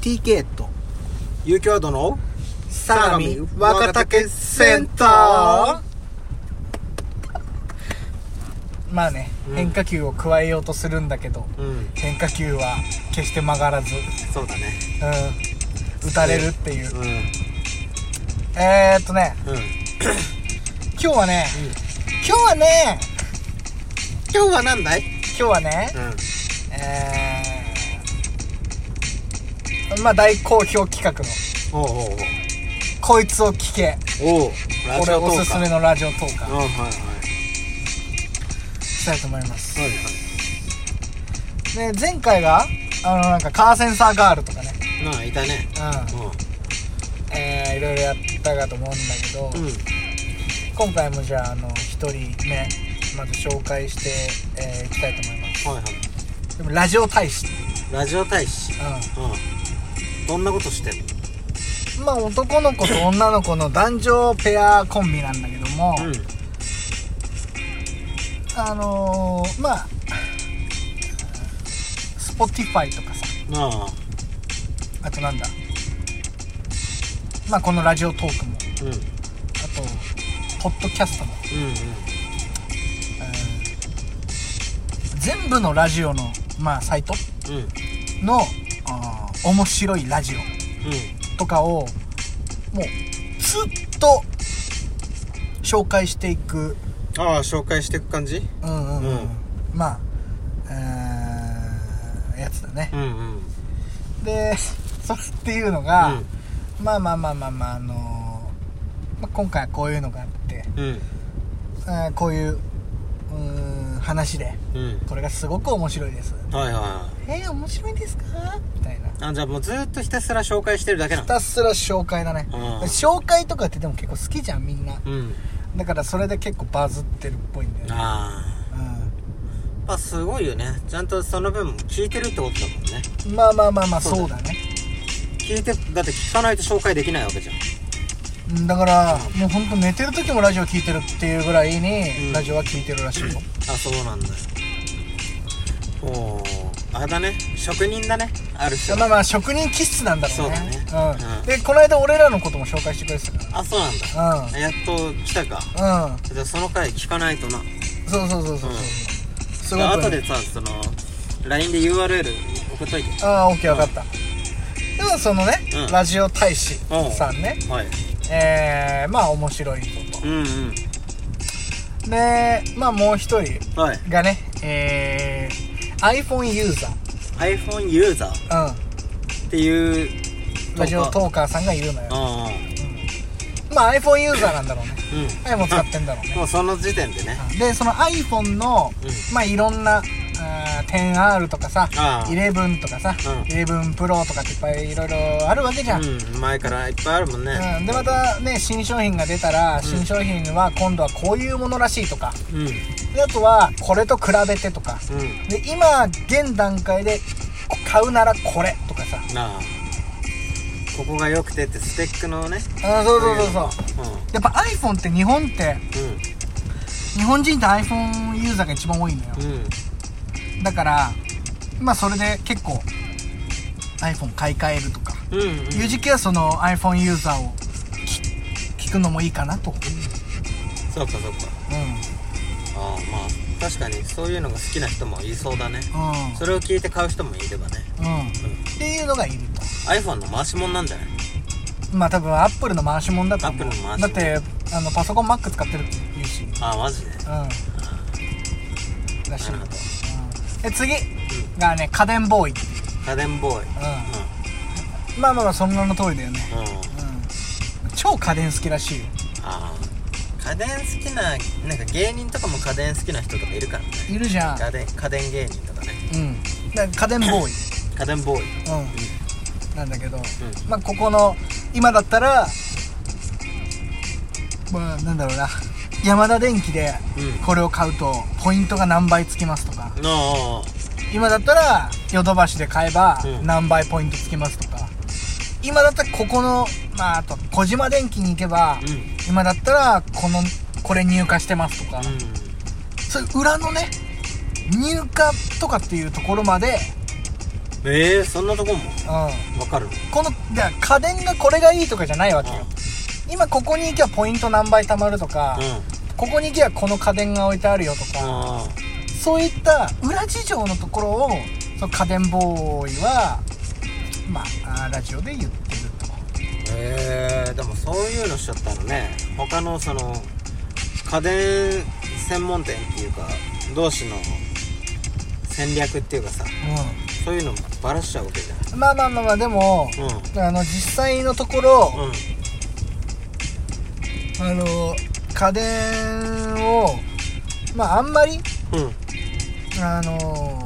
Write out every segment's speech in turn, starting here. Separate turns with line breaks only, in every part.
TK と
有京都の
相模若竹センタ
まあね、
うん
変化球を加えようとするんだけど
ーうん
変化球は決して曲がらず、
そうだね
うん、打たれるっていう
うん
えー、っとね
うん
今日はね、今日はね
今日は何だい
今日はね、
う
えー、まあ大好評企画の
んおうおう
「こいつを聞け
おうおうラ」ジ
俺
オト
お
ー
す
ク
す
か
めのラジオトーカ
うん
ー
はいはい
したいと思います
はい
で前回があのなんかカーセンサーガールとかね
はいなあいたね
うんえー、いろいろやったかと思うんだ
う
けど、
んうん
今回もじゃああの一人目まず紹介してえーいきたいと思いま
はいはい
すでもラジオ大使
ラジオ大使うんどんなことしてん
うんまあ男の子と女の子の男女ペアコンビなんだけども、
の
あのー、まあ Spotify とかさ
うんああ
あとなんだまあこのラジオトークも
うんうん
あとポッドキャストも、うん全部のラジオのまあサイト
うんうん
のあー面白いラジオとかをもうずっと紹介していく
ああ紹介していく感じ
うんうん、うん
うん
まあうーんやつだね
うんうん
で それっていうの
う
が
ん、
まあまあまあまあまああのーまあ、今回はこういうのがあって
うん
あーこういううーん話で
うん
これがすごく面白いです
はいはいは
えー、面白いですかみたいない
あじゃあもうずーっとひたすら紹介してるだけな
ひたすら紹介だね
の
紹介とかってでも結構好きじゃんみんな
うんうん
だからそれで結構バズってるっぽいんだよね
ああやっぱすごいよねちゃんとその分聞いてるってことだもんね
うんまあまあまあまあ
そ
そううだね
聞いてだって聞かないと紹介できないわけじゃん
うんだからもうほんと寝てる時もラジオ聞いてるっていうぐらいに、
うん
ラジオは聞いてるらしいよ
あそうなんだおーあれだね職人だねある
い
人
やまあまあ職人気質なんだろうね
そうだね
うん
うん
でこの間俺らのことも紹介してくれてたか
あそうなんだ
らうん
やっと来たか
うん
じゃあその回聞かないとな
そうそうそうそうそう、
うん
す
あ
ごく、ね、
後でさその LINE で URL 送っといて
ああオッケー分かった、ではそのね、
うん
ラジオ大使さんね
はい
えー、まあ面白いこ
うんうん
とでまあもう一人
はい
がねえー iPhone ユーザ
iPhone ユーザー
ー、
っていう
うん、ラジオトーカーさんが言うのよ、
ああ
まあ iPhone ユーザーなんだろうね
う
iPhone 使ってんだろうね
んもうその時点でね
でその iPhone の、
う
まあいろんなあー 10R とかさ
ああ
11とかさ、
うん
11 Pro とかっていっぱいいろいろあるわけじゃん、うん
うん前からいっぱいあるもんね
でまたね新商品が出たら新商品は今度はこういうものらしいとか
うんうん
であとはこれと比べてとかで今現段階で買うならこれとかさ
なあここが良くてってスペックのね
あそうそうそうそう
う
やっぱ iPhone って日本って
んうん
日本人って iPhone ユーザーが一番多いのよ
うん
だからまあそれで結構 iPhone 買い替えるとか
うんうん
いう時期はその iPhone ユーザーをき聞くのもいいかなと、うん、
そうかそうかああまあ確かにそういうのが好きな人もいそうだね
うん
それを聞いて買う人もいればね
うんっていうのがいる
iPhone の回しもんなんじゃない
とまあ多分アップルの回しもんだと思う
Apple の回しも
だっ
ん
てあのパソコン Mac 使ってるって言うし
ああマジで
うんらし
な
い
るほど
で次がね家電ボーイ、
家電ボーイ
うん、まあまあまあその名の通りだよね、
うんうん
うん、超家電好きらしいよ
ああ家電好きななんか芸人とかも家電好きな人とかいるからね
いるじゃん、
家電家電芸人とかね
うん、だから家電ボーイ、
家電ボーイ
うん、なんだけど、まあここの今だったらまあなんだろうなヤマダ電機で
うん
これを買うとポイントが何倍つきますとか
うんああ
今だったらヨドバシで買えば
うん
何倍ポイントつきますとか、今だったらここのまああと小島電機に行けば、
うんうん
今だったらこのこれ入荷してますとか、そういう裏のね入荷とかっていうところまで
えー、そんなとこも
う
わかる
ん、このじゃあ家電がこれがいいとかじゃないわけよ、今ここに行けばポイント何倍貯まるとか、
うん
ここに行けばこの家電が置いてあるよとか、
あ
そういった裏事情のところをその家電ボーイはまああーラジオで言ってると
えー、でもそういうのしちゃったらね他のその家電専門店っていうか同士の戦略っていうかさそういうのもバラしちゃうわけじゃ
うんまあまあまあまあでも、
んうん
あの実際のところ、
うん
あの家電をまああんまり
うん
あの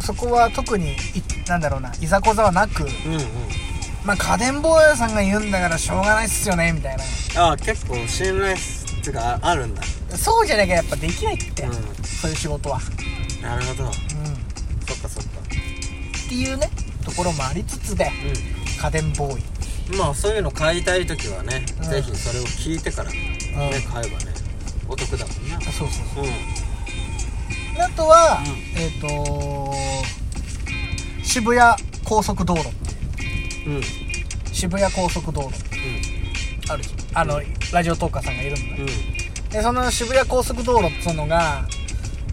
そこは特にいなんだろうないざこざはな
う
く、
んうん
まあ、家電坊やさんが言うんだからしょうがないっすよねみたいな
ああ結構信頼っていうかあるんだ
そうじゃなきゃやっぱできないって、
う
そういう仕事は、
んなるほど
うん、っ
そっかそっか
ていうねところもありつつで
う
家電ボーイ
んまあそういうの買いたい時はね、
うん
ぜひそれを聞いてからね、
うん
買えばねお得だもんな
あそうそうそ
うん
うあとは、
う
えっ、と渋谷高速道路
うん
渋谷高速道路あるじゃんあの、ラジオトーカーさんがいるのね
うんうん
でその渋谷高速道路っつうのが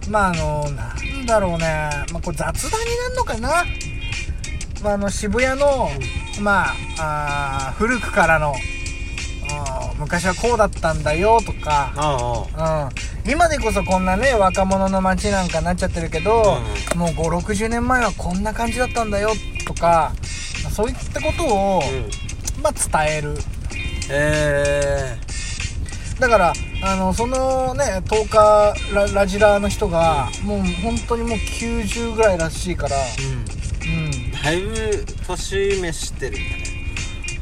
まああのなんだろうね、まあ、これ雑談になるのかな、まあ、あの渋谷の、まああー古くからのあー昔はこうだったんだよとか、
ああああ
うん、今でこそこんなね若者の街なんかなっちゃってるけど、もう560年前はこんな感じだったんだよとかまあそういったことを、
うん
まあ、伝える
え
だからあのそのね10日ララジラーの人が、もう本当にもう90ぐらいらしいから、
えうん
う
だいぶ年召してるんだね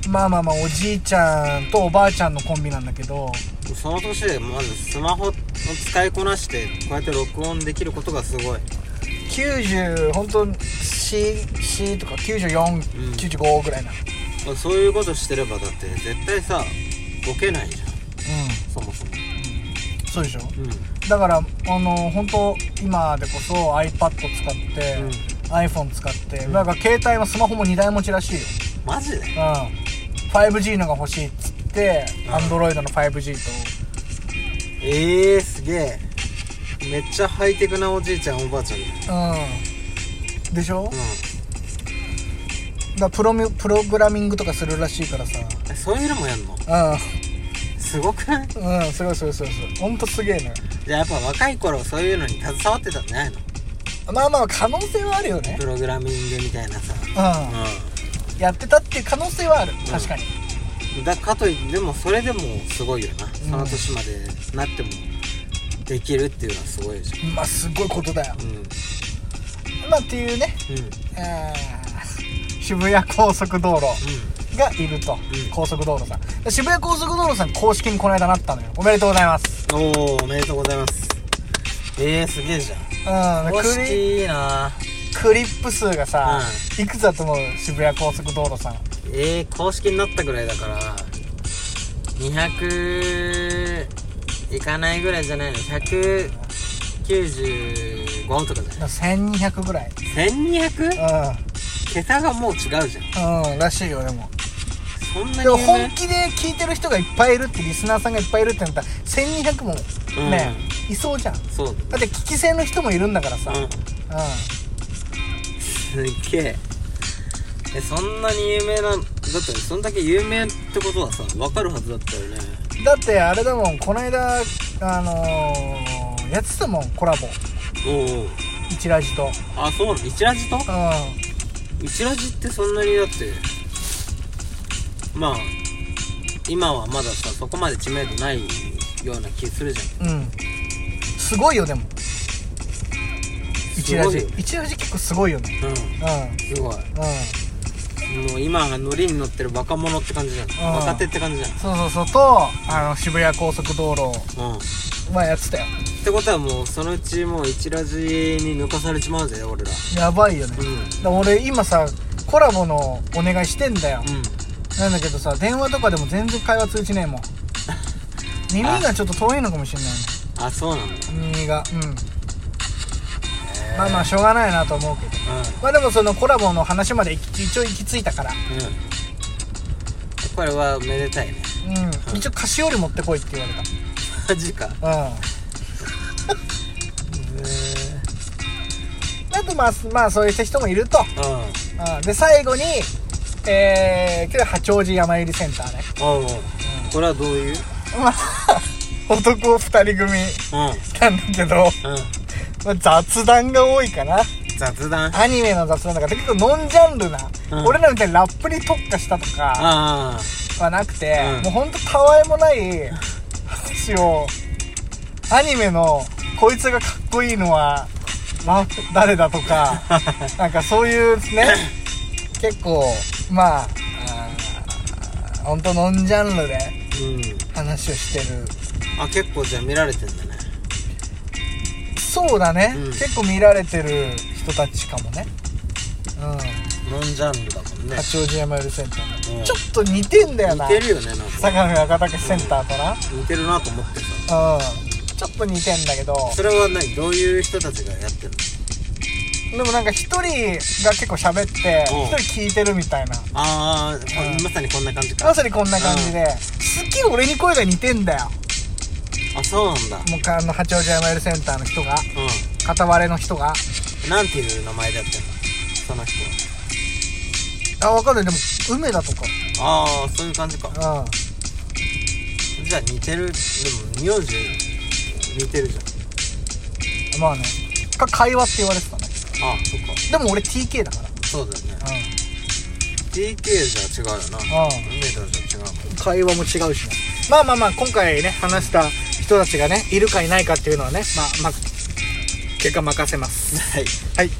ん、まあまあまあおじいちゃんとおばあちゃんのコンビなんだけど
その年でまずスマホを使いこなしてこうやって録音できることがすごい
90本当 C, C とか
ん
9495ぐらいな、うん
そういうことしてればだって絶対さボケないじゃんそもそも
そうでしょ
うん
だからあの本当今でこそ iPad 使って、
うん
iPhone 使って、だから携帯もスマホも2台持ちらしいよ
マジで
うん、5G のが欲しいっつって、
うん
アンドロイドの 5G と
ええー、すげえめっちゃハイテクなおじいちゃんおばあちゃんだよ
うんでしょ、だか
う
らプロミプログラミングとかするらしいからさ
んえそういうのもやんの
う
すごくない
んうんすごいすごいすごいすごいほんとすげえね
じゃあやっぱ若い頃そういうのに携わってたんじゃないの
まあまあ可能性はあるよね
プログラミングみたいなさ
うん、
う
やってたっていう可能性はある
ん
確かに、
んだかといってでもそれでもすごいよなその年までなってもできるっていうのはすごいじ
まあすごいことだよ
ゃんうんうん
まあっていうね、
うん
えー渋谷高速道路がいると、
ん
高速道路さんで渋谷高速道路さん公式にこの間なったのよおめでとうございます
おおおめでとうございますええー、すげえじゃん
うん
公
クリ
式いいな
クリップ数がさ、いくつだと思う渋谷高速道路さん
えー、公式になったぐらいだから200いかないぐらいじゃないの195とかじゃない
1200ぐらい
1200?
う
桁がもう違うじゃん
んうんらしいよでも
そんなに
でも
有
本
名
気で聞いてる人がいっぱいいるってリスナーさんがいっぱいいるってなったら1200もね、いそうじゃんだ
そう
って聞き性の人もいるんだからさ
だ、
うん、
うん、すげええそんなに有名なんだってそんだけ有名ってことはさ分かるはずだったよね
だってあれだもんこの間あのー、やってたもんコラボ
おうおう
一ラジと
あそうなの一ラジと
う
一ラジってそんなにだってまあ今はまださそこまで知名度ないような気するじゃん
んうんすごいよでも一ラ
すご
ジ
いよ
一ラジ結構すごいよね
うん
う
すごい
んうん
もう今がノリに乗ってる若者って感じじゃん
うん
若手って感じじゃ
そうそうそうとあの渋谷高速道路
んうんっ
はやってたよ
てことはもうそのうちもう一ラジに抜かされちまうぜ俺ら
やばいよね、
うんうん
だ俺今さコラボのお願いしてんだよ、なんだけどさ電話とかでも全然会話通じねえもん耳がちょっと遠いのかもしれない
あそうなの
ね耳がうん
えね
まあまあしょうがないなと思うけどまあでもそのコラボの話まで一応行き着いたから
うんうんこれはめでたいね
うん一応菓子折り持ってこいって言われ
マジか
たうん
へえ
あとまあ、まあ、そうした人もいると。
う
うんで、最後に、えー、今日八王子山百合センターね。
んおうおうこれはどういう
まあ、男二人組
うん
なんだけど、
うん
まあ雑談が多いかな。
雑談
アニメの雑談とかって結構ノンジャンルな、
うん
俺らみたいにラップに特化したとか
あ
はなくて、
うん
もうほんとたわいもない話を、アニメのこいつがかっこいいのは、ラップ誰だとか、
あ
なんかそういうね、結構、まあ、本当ノンジャンルで
うん
話をしてる。
あ結構じゃあ見られてんだね
そうだね、
うん
結構見られてる人たちかもね。うん。
ノンジャンルだもんね
八王子山よりセンターの、
うん
ちょっと似てんだよな。
似てるよねなんか
相模赤岳センターとな。
似てるなと思ってた
うん。ちょっと似てんだけど、
それは何どういう人たちがやってるの
でもなんか一人が結構喋って、
うん
一人聞いてるみたいな。
ああ、
うん
まさにこんな感じか
まさにこんな感じで、すっげえ俺に声が似てんだよ。
あそうなんだ
もうあの八王子山よりセンターの人が。
う
片割れの人
ん
が
なんていう名前だったのその人
あ分かるでも梅だとか
はああそういう感じか
うん
じゃあ似てるでも名字似てるじ
まあねか会話って言われてたね
ゃんああそっか
でも俺 TK だか
そうだよね
らう
TK じゃ違うよな
うん
梅田じゃ違うもん
ん会話も違うしねまあまあまあ今回ね話した人たちがねいるかいないかっていうのはねまあまあ結果任せます
はい
はい